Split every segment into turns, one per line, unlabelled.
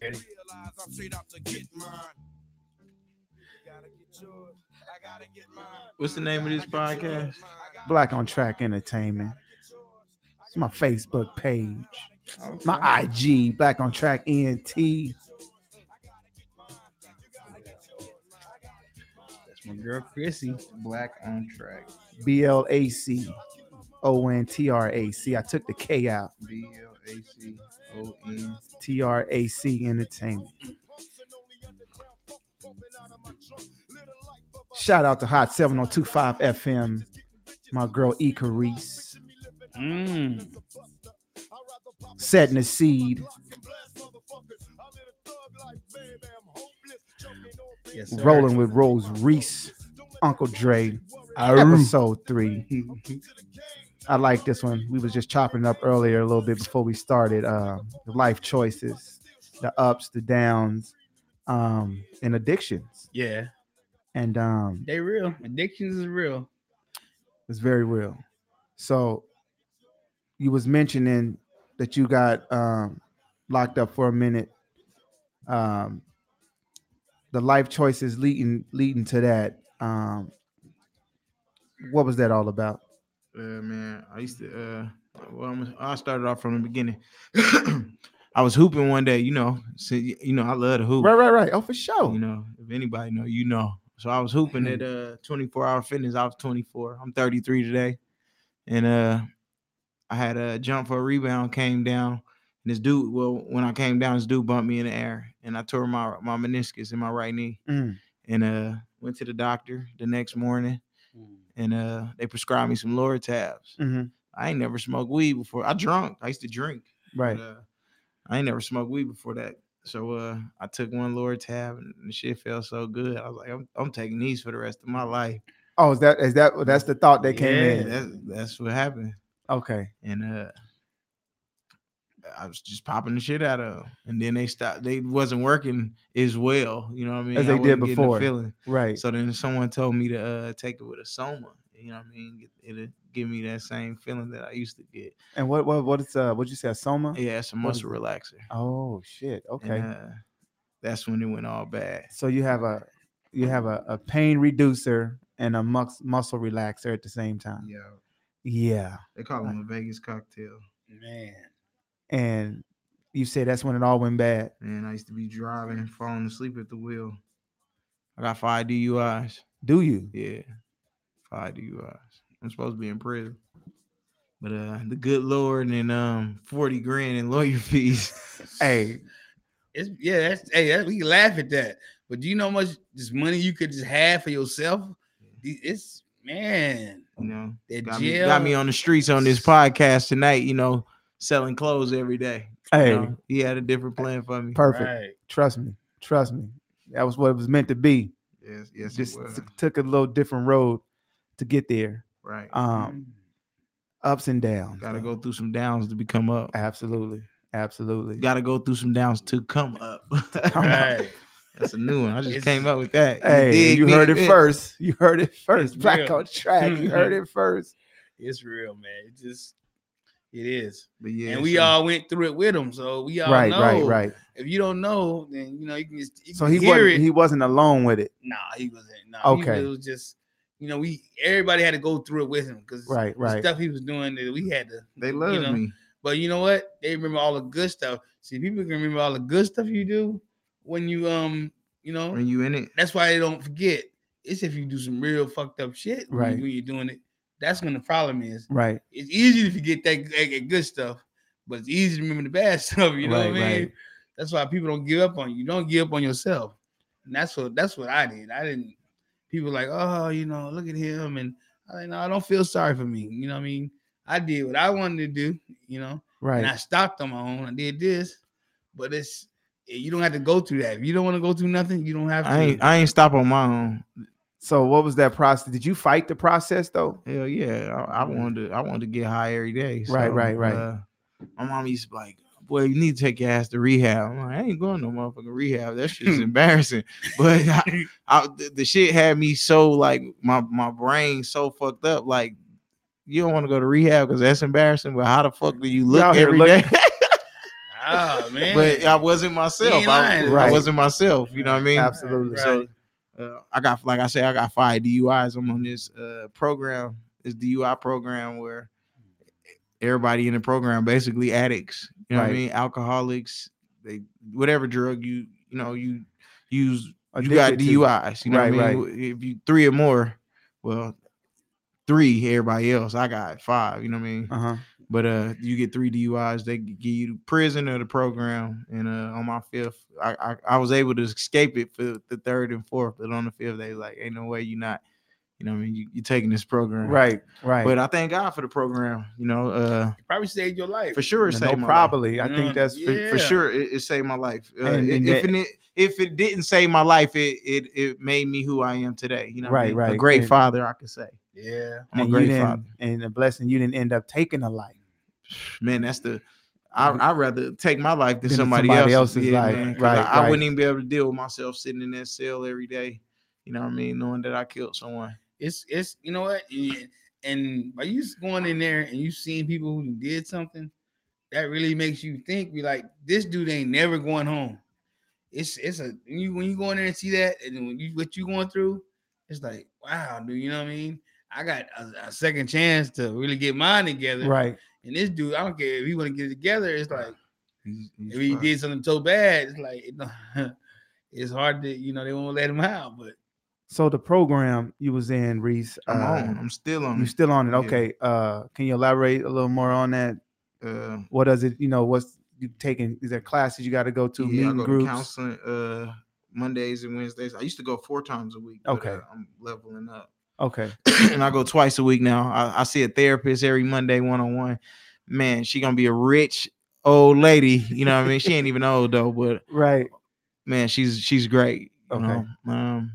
Realize I'm straight out to get mine. You gotta get yours. I gotta get mine.
What's the name of this podcast?
Black on Track Entertainment. It's my Facebook page. My IG, Black on Track ENT.
That's my girl Chrissy. Black on track.
B L A C O N T R A C. I took the K out.
B L A C O N.
T R A C Entertainment. Shout out to Hot 7025 FM. My girl Eka Reese.
Mm.
Setting the seed.
Yes, sir.
Rolling with Rose Reese. Uncle Dre. Episode three. I like this one. We was just chopping up earlier a little bit before we started. Uh, the life choices, the ups, the downs, um, and addictions.
yeah,
And um,
they real. Addictions is real.
it's very real. So, you was mentioning that you got um, locked up for a minute. Um, the life choices leading leading to that. Um, what was that all about?
uh, man, I used to. Uh, well, I'm, I started off from the beginning. I was hooping one day, you know. So, y- you know, I love to hoop.
Right, right, right. Oh, for sure.
You know, if anybody know, you know. So I was hooping at uh 24 hour fitness. I was 24. I'm 33 today, and uh, I had a jump for a rebound, came down, and this dude. Well, when I came down, this dude bumped me in the air, and I tore my my meniscus in my right knee,
Mm.
and uh, went to the doctor the next morning, and uh, they prescribed me some Loratabs.
Mhm.
I ain't never smoked weed before. I drunk. I used to drink.
Right.
But, uh, I ain't never smoked weed before that. So uh, I took one Lord tab and the shit felt so good. I was like, I'm, I'm taking these for the rest of my life.
Oh, is that is that that's the thought that came
Yeah,
in?
That's, that's what happened.
Okay.
And uh, I was just popping the shit out of 'em. And then they stopped. They wasn't working as well. You know what I mean?
As they
I
did
wasn't getting the
before.
Feeling.
Right.
So then someone told me to uh, take it with a soma. You know what I mean? Get- It'll give me that same feeling that I used to get.
and what what what is uh what you say soma?
Yeah, it's a
What is
muscle relaxer.
Oh shit. Okay.
And, uh, that's when it went all bad.
so you have a you have a, a pain reducer and a mus- muscle relaxer at the same time.
Yeah,
Yeah.
they call
Right.
them a Vegas cocktail.
Man.
And you say that's when it all went bad.
Man, I used to be driving and falling asleep at the wheel. I got five DUIs.
Do you?
Yeah, five DUIs. I'm supposed to be in prison, but uh, the good Lord and um, forty grand in lawyer fees.
Hey,
It's yeah, that's hey, that's, we can laugh at that. But do you know how much this money you could just have for yourself? The- It's man,
you know,
that
got me,
jail
got me on the streets on this podcast tonight. You know, selling clothes every day. you
hey,
know. he had a different plan for me.
perfect.
Right.
Trust me. Trust me. That was what it was meant to be.
Yes, yes, it
Just
was.
t- took a little different road to get there.
right.
Mm-hmm.
Um, ups and downs.
Got to
man.
go through some downs to become up.
Absolutely. Absolutely.
Got to go through some downs to come up.
Um,
Right.
That's a new one. I just
It's-
came up with that.
Hey,
dig
you
me
heard
a
it
bit.
first. You heard it first.
It's
Black
real.
on track. You heard it first.
It's real, man. It just it is.
But yeah,
and we
so-
all went through it with him. So we all
right,
know.
right, right.
If you don't know, then you know you can just you
So
can
he
hear
wasn't
it.
he wasn't alone with it.
nah, he wasn't. Nah, he
Okay.
really was just you know we everybody had to go through it with him because
Right, right.
stuff he was doing that we had to.
they
you
love
know,
me.
But you know what? They remember all the good stuff. See, people can remember all the good stuff you do when you um you know
When you in it,
that's why they don't forget. It's if you do some real fucked up shit when
Right.
you, when you're doing it. That's when the problem is.
Right.
It's easy to forget that, that- that good stuff, but it's easy to remember the bad stuff. You know
right,
what I mean? That's why people don't give up on you. You don't give up on yourself. And that's what that's what I did. I didn't people like, oh, you know, look at him. And I like, no, I don't feel sorry for me. You know what I mean? I did what I wanted to do, you know,
Right.
and I stopped on my own. I did this, but it's eh, you don't have to go through that. If you don't want to go through nothing, you don't have to.
I ain't I ain't stop on my own.
so what was that process? Did you fight the process though?
Hell yeah, I, I wanted to I wanted to get high every day.
Right,
so,
right, right.
Uh, my mom used to be like, "Boy, you need to take your ass to rehab." I'm like, I ain't going no motherfucking rehab. That shit's embarrassing. But I, I, the, the shit had me so like my my brain so fucked up. Like, you don't want to go to rehab because that's embarrassing. But how the fuck do you look
Y'all here
every day?
looking-
oh man.
but I wasn't myself.
ain't
I,
lying.
I
Right.
wasn't myself. You know what I mean?
Absolutely.
Right.
So uh, I got, like I said, I got five DUIs. I'm on this uh, program, this DUI program where everybody in the program basically addicts. You know what
Right.
I mean? Alcoholics, they whatever drug you you know you use, you
Addicted
got
to-
DUIs. You know what I
Right,
mean? If you three or more, well, three. Everybody else, I got five. You know what I mean?
Uh-huh.
But uh, you get three DUIs, they g- give you prison or the program. And uh, on my fifth, I, I I was able to escape it for the third and fourth, but on the fifth, they was like, ain't no way you not. You know, what I mean, you, you taking this program,
Right. Right.
But I thank God for the program. You know, uh,
probably saved your life.
for sure, it
no,
saved my life.
probably. I think
Mm,
that's for-
yeah.
For sure, it, it saved my life. Uh,
And-
i-
and
if
that-
it if it didn't save my life, it it it made me who I am today. You know, what I
Right,
mean? A
right.
great
And-
father, I could say.
Yeah.
I'm a
and you
great
didn't-
father.
and a blessing you didn't end up taking a life.
man, that's the. I, I'd rather take my life
Mm-hmm.
than
Than
somebody,
somebody
else's,
else's
Yeah,
life.
man, 'cause
Right,
I, I
right.
wouldn't even be able to deal with myself sitting in that cell every day. You know what I mean? Knowing that I killed someone.
It's it's you know what? And, and by you going in there and you seeing people who did something, that really makes you think be like, this dude ain't never going home. It's it's a when you when you go in there and see that and when you what you going through, it's like, wow, dude, you know what I mean? I got a, a second chance to really get mine together.
Right.
And this dude, I don't care if he want to get it together. It's like
He's- he's
if he
fucked.
did something so bad, it's like you know, it's hard to you know they won't let him out. But
So the program you was in, Reese.
I'm
uh,
on. I'm still on.
You still on it?
Yeah.
Okay. Uh, can you elaborate a little more on that?
uh,
What does it? You know, what's you taking? Is there classes you got to go to?
yeah, I
meeting
go
groups.
to counseling uh, Mondays and Wednesdays. I used to go four times a week. but,
Okay.
uh, I'm leveling up.
Okay.
and I go twice a week now. I, I see a therapist every Monday one on one. Man, she gonna be a rich old lady. You know what I mean? She ain't even old though, but
Right.
man, she's she's great. you
Okay.
know? Um,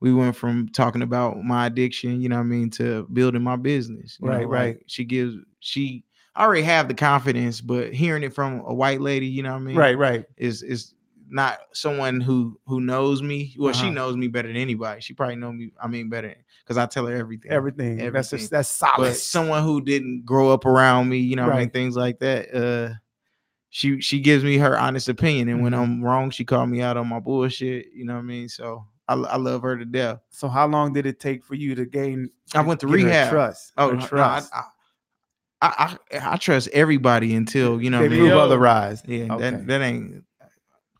we went from talking about my addiction, you know what I mean, to building my business. you know,
Right,
like,
right.
She gives she I already have the confidence, but hearing it from a white lady, you know what I mean?
Right. Right.
is is not someone who who knows me. Well, she
Uh-huh.
knows me better than anybody. She probably know me. I mean, better because I tell her everything.
Everything. That's
Everything.
just, that's
But
solid.
someone who didn't grow up around me, you know, what I mean,
Right.
things like that. Uh, she she gives me her honest opinion, and when
Mhm.
I'm wrong, she called me out on my bullshit. You know what I mean? So I, I love her to death.
so how long did it take for you to gain?
I went to
get her
rehab.
Trust.
Oh,
her
no, no, I,
trust.
I, I I I trust everybody until you know.
they
what I mean?
prove
Yo.
otherwise.
Yeah,
Okay.
that that ain't.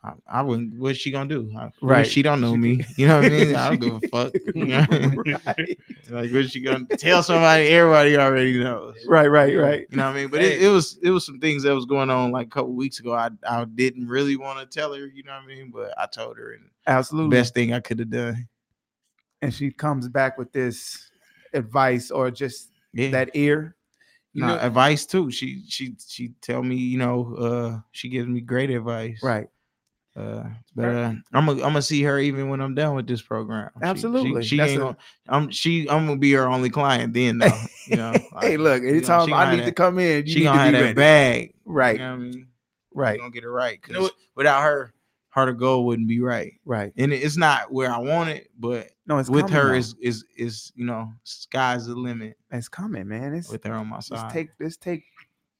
I, I wouldn't. What's she gonna do? I,
Right.
right? She don't know me. You know what I mean? I don't give a fuck. You know?
right.
like, what's she gonna tell somebody? Everybody already knows.
right. Right. Right.
You know what I mean? But it, it was it was some things that was going on like a couple weeks ago. I I didn't really want to tell her. You know what I mean? But I told her, and the
Absolutely.
best thing I could have done.
And she comes back with this advice or just
Yeah.
that ear.
you
Nah,
know,
advice too. She she she tell me, you know, uh, she gives me great advice.
Right.
Uh, but uh, I'm gonna I'm gonna see her even when I'm done with this program. She- she-
Absolutely.
She,
That's
ain't
a-
gonna. I'm she. I'm gonna be her only client then. Though, you know.
hey,
like,
look,
you know,
anytime
she gonna
I
have
need to
that-
come in, you
she
need to
gonna
be
have that
ready.
bag. You
Right,
know what I mean?
right,
She gonna get it right. Cause
You know what-
without her, heart of gold wouldn't be right.
right.
And it- it's not where I want it, but
No, it's
with
coming,
her
though.
is is is you know sky's the limit
it's coming, man. It's
with her on my
just
side.
take this take.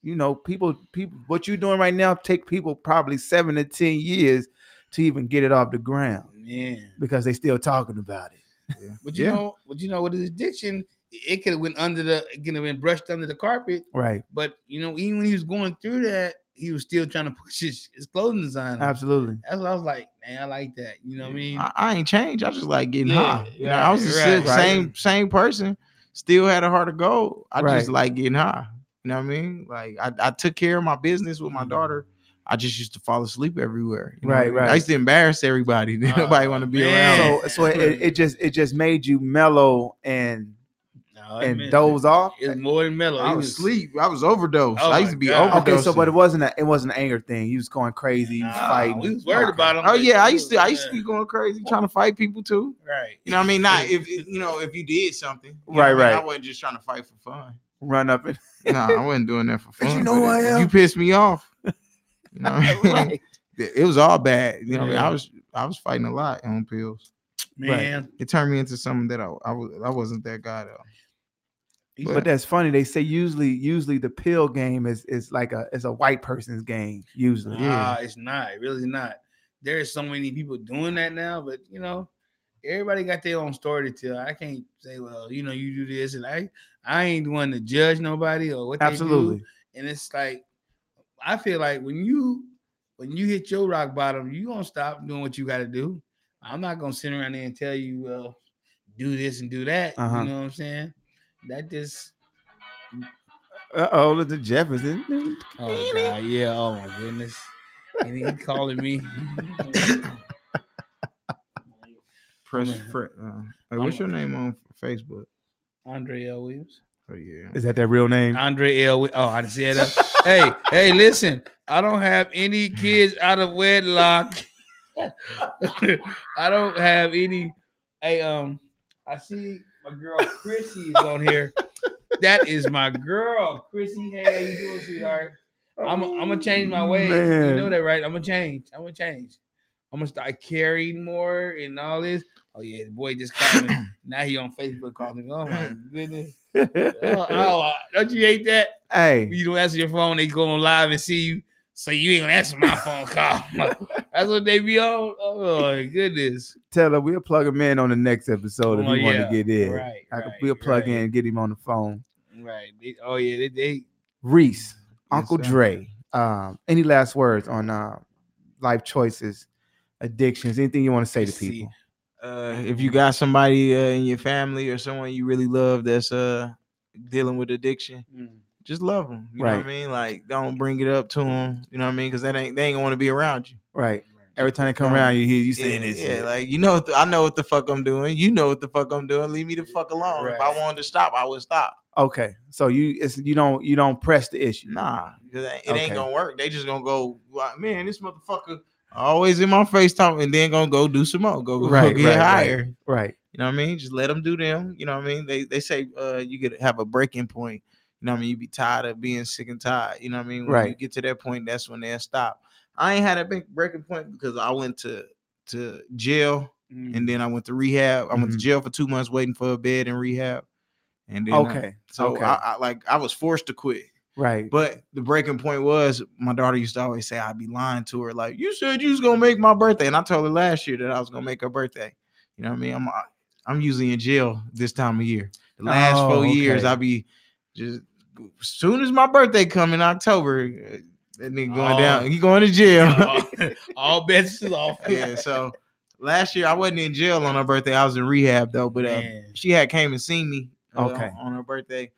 You know, people, people, what you're doing right now take people probably seven to ten years to even get it off the ground
man.
because they still talking about it.
But you
Yeah.
know, but you know, with his addiction, it could have went under the, it could have been brushed under the carpet.
Right,
But you know, even when he was going through that, he was still trying to push his, his clothing design. That's
absolutely.
what I was like, man, I like that. You know what I mean?
I, I ain't changed. I just like getting
Yeah,
high. You know, I
right,
was the
right,
si-
right.
same same person, still had a heart of gold. I
Right.
just like getting high. You know what I mean? Like I, I took care of my business with my daughter. I just used to fall asleep everywhere. you know what I
Right,
mean?
right.
I used to embarrass everybody.
Oh,
Nobody want to be
man.
around.
So, so it, it just it just made you mellow and
No, it
and
meant-
doze off.
It's more than mellow.
I
He
was asleep. I was overdosed.
Oh
I used
my
to be
God.
overdosed.
Okay, so but it wasn't a, it wasn't an anger thing. You was going crazy, you was
Nah,
fighting.
we was worried about him.
Oh
but
yeah, I
he
used
was-
to. I used to
yeah,
be going crazy trying to fight people too.
Right.
You know what I mean? Not if you know if you did something. you know
Right,
what I mean?
right.
I wasn't just trying to fight for fun.
run up and
nah, I wasn't doing that for
But
fun.
you know who I
if
am.
You pissed me off. You know, what I mean?
right.
it was all bad. You know, what I mean,
Yeah.
I was I was fighting a lot on pills.
Man,
It turned me into something that I I, was, I wasn't that guy though.
He's
But that's funny. They say usually, usually the pill game is is like a is a white person's game. Usually,
Nah, it's not. Really not. There is so many people doing that now, but you know, everybody got their own story to tell. I can't say, well, you know, you do this, and I, I ain't one to judge nobody or what. they do.
absolutely.
And it's like, I feel like when you when you hit your rock bottom, you gonna stop doing what you got to do. I'm not gonna sit around there and tell you, well, do this and do that.
Uh-huh.
You know what I'm saying? That just
Uh oh, look at Jefferson.
Oh God, yeah. Oh my goodness. And he calling me.
Press
gonna-
Fre- uh, hey, what's your name on Facebook?
Andre L. Williams.
Oh yeah.
Is that their real name?
Andre L. Wi- Oh, I didn't see that. hey, hey, listen. I don't have any kids out of wedlock. I don't have any. Hey, um, I see my girl Chrissy is on here. That is my girl, Chrissy. Hey, how you doing, sweetheart? I'm I'm gonna change my ways. You know
Man.
that, right? I'm gonna change. I'm gonna change. I'm gonna start carrying more and all this. Oh yeah, the boy just called me. now he on Facebook calling me. Oh my goodness. Oh, oh, uh, don't you hate that? When
hey,
You don't answer your phone, they go on live and see you. So you ain't gonna answer my phone call. That's what they be on. Oh my goodness.
tell her we'll plug him in on the next episode if
Oh,
you want
yeah.
to get in.
Right.
I could,
right,
we'll plug
right,
in and get him on the phone.
Right. They- oh yeah, they, they
Reese, Uncle
sir.
Dre. Um, any last words on uh, life choices, addictions, anything you want to say to
Let's see.
people?
Uh, if you got somebody uh, in your family or someone you really love that's uh dealing with addiction,
mm,
just love them. You know what
Right.
I mean? Like, don't bring it up to them. You know what I mean? Because that ain't they ain't want to be around you.
Right. Every time they come around, you hear you saying
yeah,
this.
yeah,
shit.
like you know, what the- I know what the fuck I'm doing. You know what the fuck I'm doing. Leave me the fuck alone. If I
Right.
wanted to stop, I would stop.
okay, so you it's, you don't you don't press the issue.
Nah, 'cause it ain't- it
Okay.
ain't gonna work. They just gonna go, like, man, this motherfucker always in my face talking, and then gonna go do some more. Go, go
Right,
get
right, right.
higher.
Right.
You know what I mean? Just let them do them. You know what I mean? They they say uh, you could have a breaking point. You know what I mean? You be tired of being sick and tired. You know what I mean? When you
Right.
get to that point, that's when they'll stop. I ain't had a big breaking point because I went to to jail
mm.
and then I went to rehab. I went to
Mhm.
jail for two months waiting for a bed in rehab. And then I-
Okay.
so
okay.
I, I like I was forced to quit.
right.
But the breaking point was my daughter used to always say I'd be lying to her, like, you said you was gonna make my birthday. And I told her last year that I was gonna make her birthday. You know what I mean? I'm I, I'm usually in jail this time of year. The last
Oh,
four years,
okay.
i be just as soon as my birthday come in October, uh, that nigga going
Oh.
down, he going to jail.
all, all bets is off.
yeah, so last year I wasn't in jail on her birthday. I was in rehab though, but uh,
Man.
she had came and seen me uh,
Okay.
on, on her birthday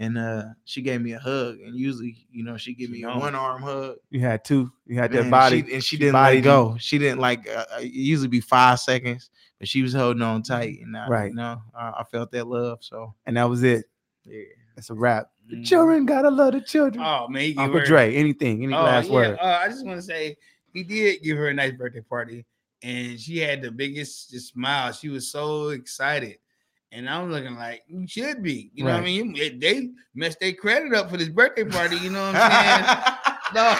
and uh she gave me a hug and usually you know she give
She
me
knows.
a one arm hug
you had two. You had that
Man,
body.
she, and she
she
didn't let
bodied
go she didn't like uh, uh, it usually be five seconds but she was holding on tight and I,
Mm-hmm. Right.
you know I, I felt that love so
and that was it.
yeah
That's a wrap. The
Mm.
children gotta love the children.
Oh man, he gave
Uncle
her-
Dre, anything, any
oh,
last
yeah.
word?
Uh, I just want to say he did give her a nice birthday party, and she had the biggest just smile. She was so excited, and I'm looking like you should be. You know what I
Right.
mean? You- They messed their credit up for this birthday party. You know what I'm saying? no,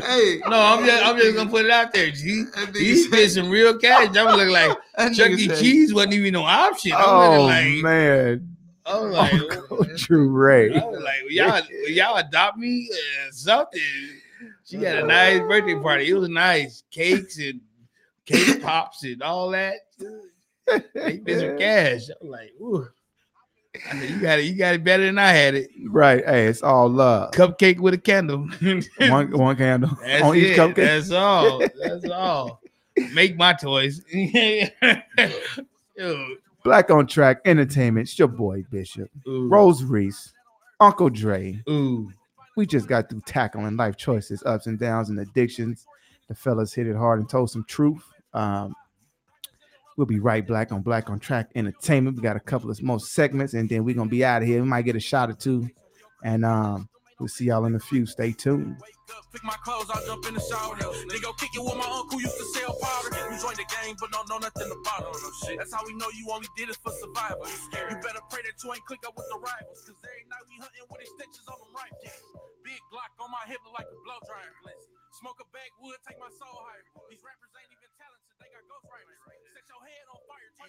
hey
no, I'm just I'm just gonna put it out there. G,
That nigga
he
said-
spent some real cash. I was looking like
that nigga
Chuck E.
said-
Cheese wasn't even no option. I'm
Oh
looking like,
man, Oh,
I was like.
Uncle
I
Dre.
was like, will y'all, will y'all adopt me or something? She had a nice birthday party. It was nice. Cakes and cake pops and all that. They spent some cash. I'm like, ooh. I said, you got it, you got it better than I had it.
Right. Hey, it's all love.
Cupcake with a candle.
One one candle
That's
on each
it.
cupcake.
That's all. That's all. Make my toys. Dude.
Black on track entertainment. It's your boy Bishop.
Ooh.
Rose Reese. Uncle Dre.
Ooh.
We just got through tackling life choices, ups and downs, and addictions. The fellas hit it hard and told some truth. Um, we'll be right back on Black on Track Entertainment. We got a couple of more segments, and then we're gonna be out of here. We might get a shot or two, and um, we'll see y'all in a few. Stay tuned.
Wake up, pick my clothes, I jump in the shower. Then go kick it with my uncle, used to sell powder. You joined the game, but don't know nothing about it. That's how we know you only did it for survival. You better pray that you ain't click up with the rivals. Cause every night we hunting with extensions on them rifles. Big Glock on my hip look like a blow dryer. Smoke a bag wood, take my soul higher. These rappers ain't even talented, they got ghostwriters. Set your head on fire, turn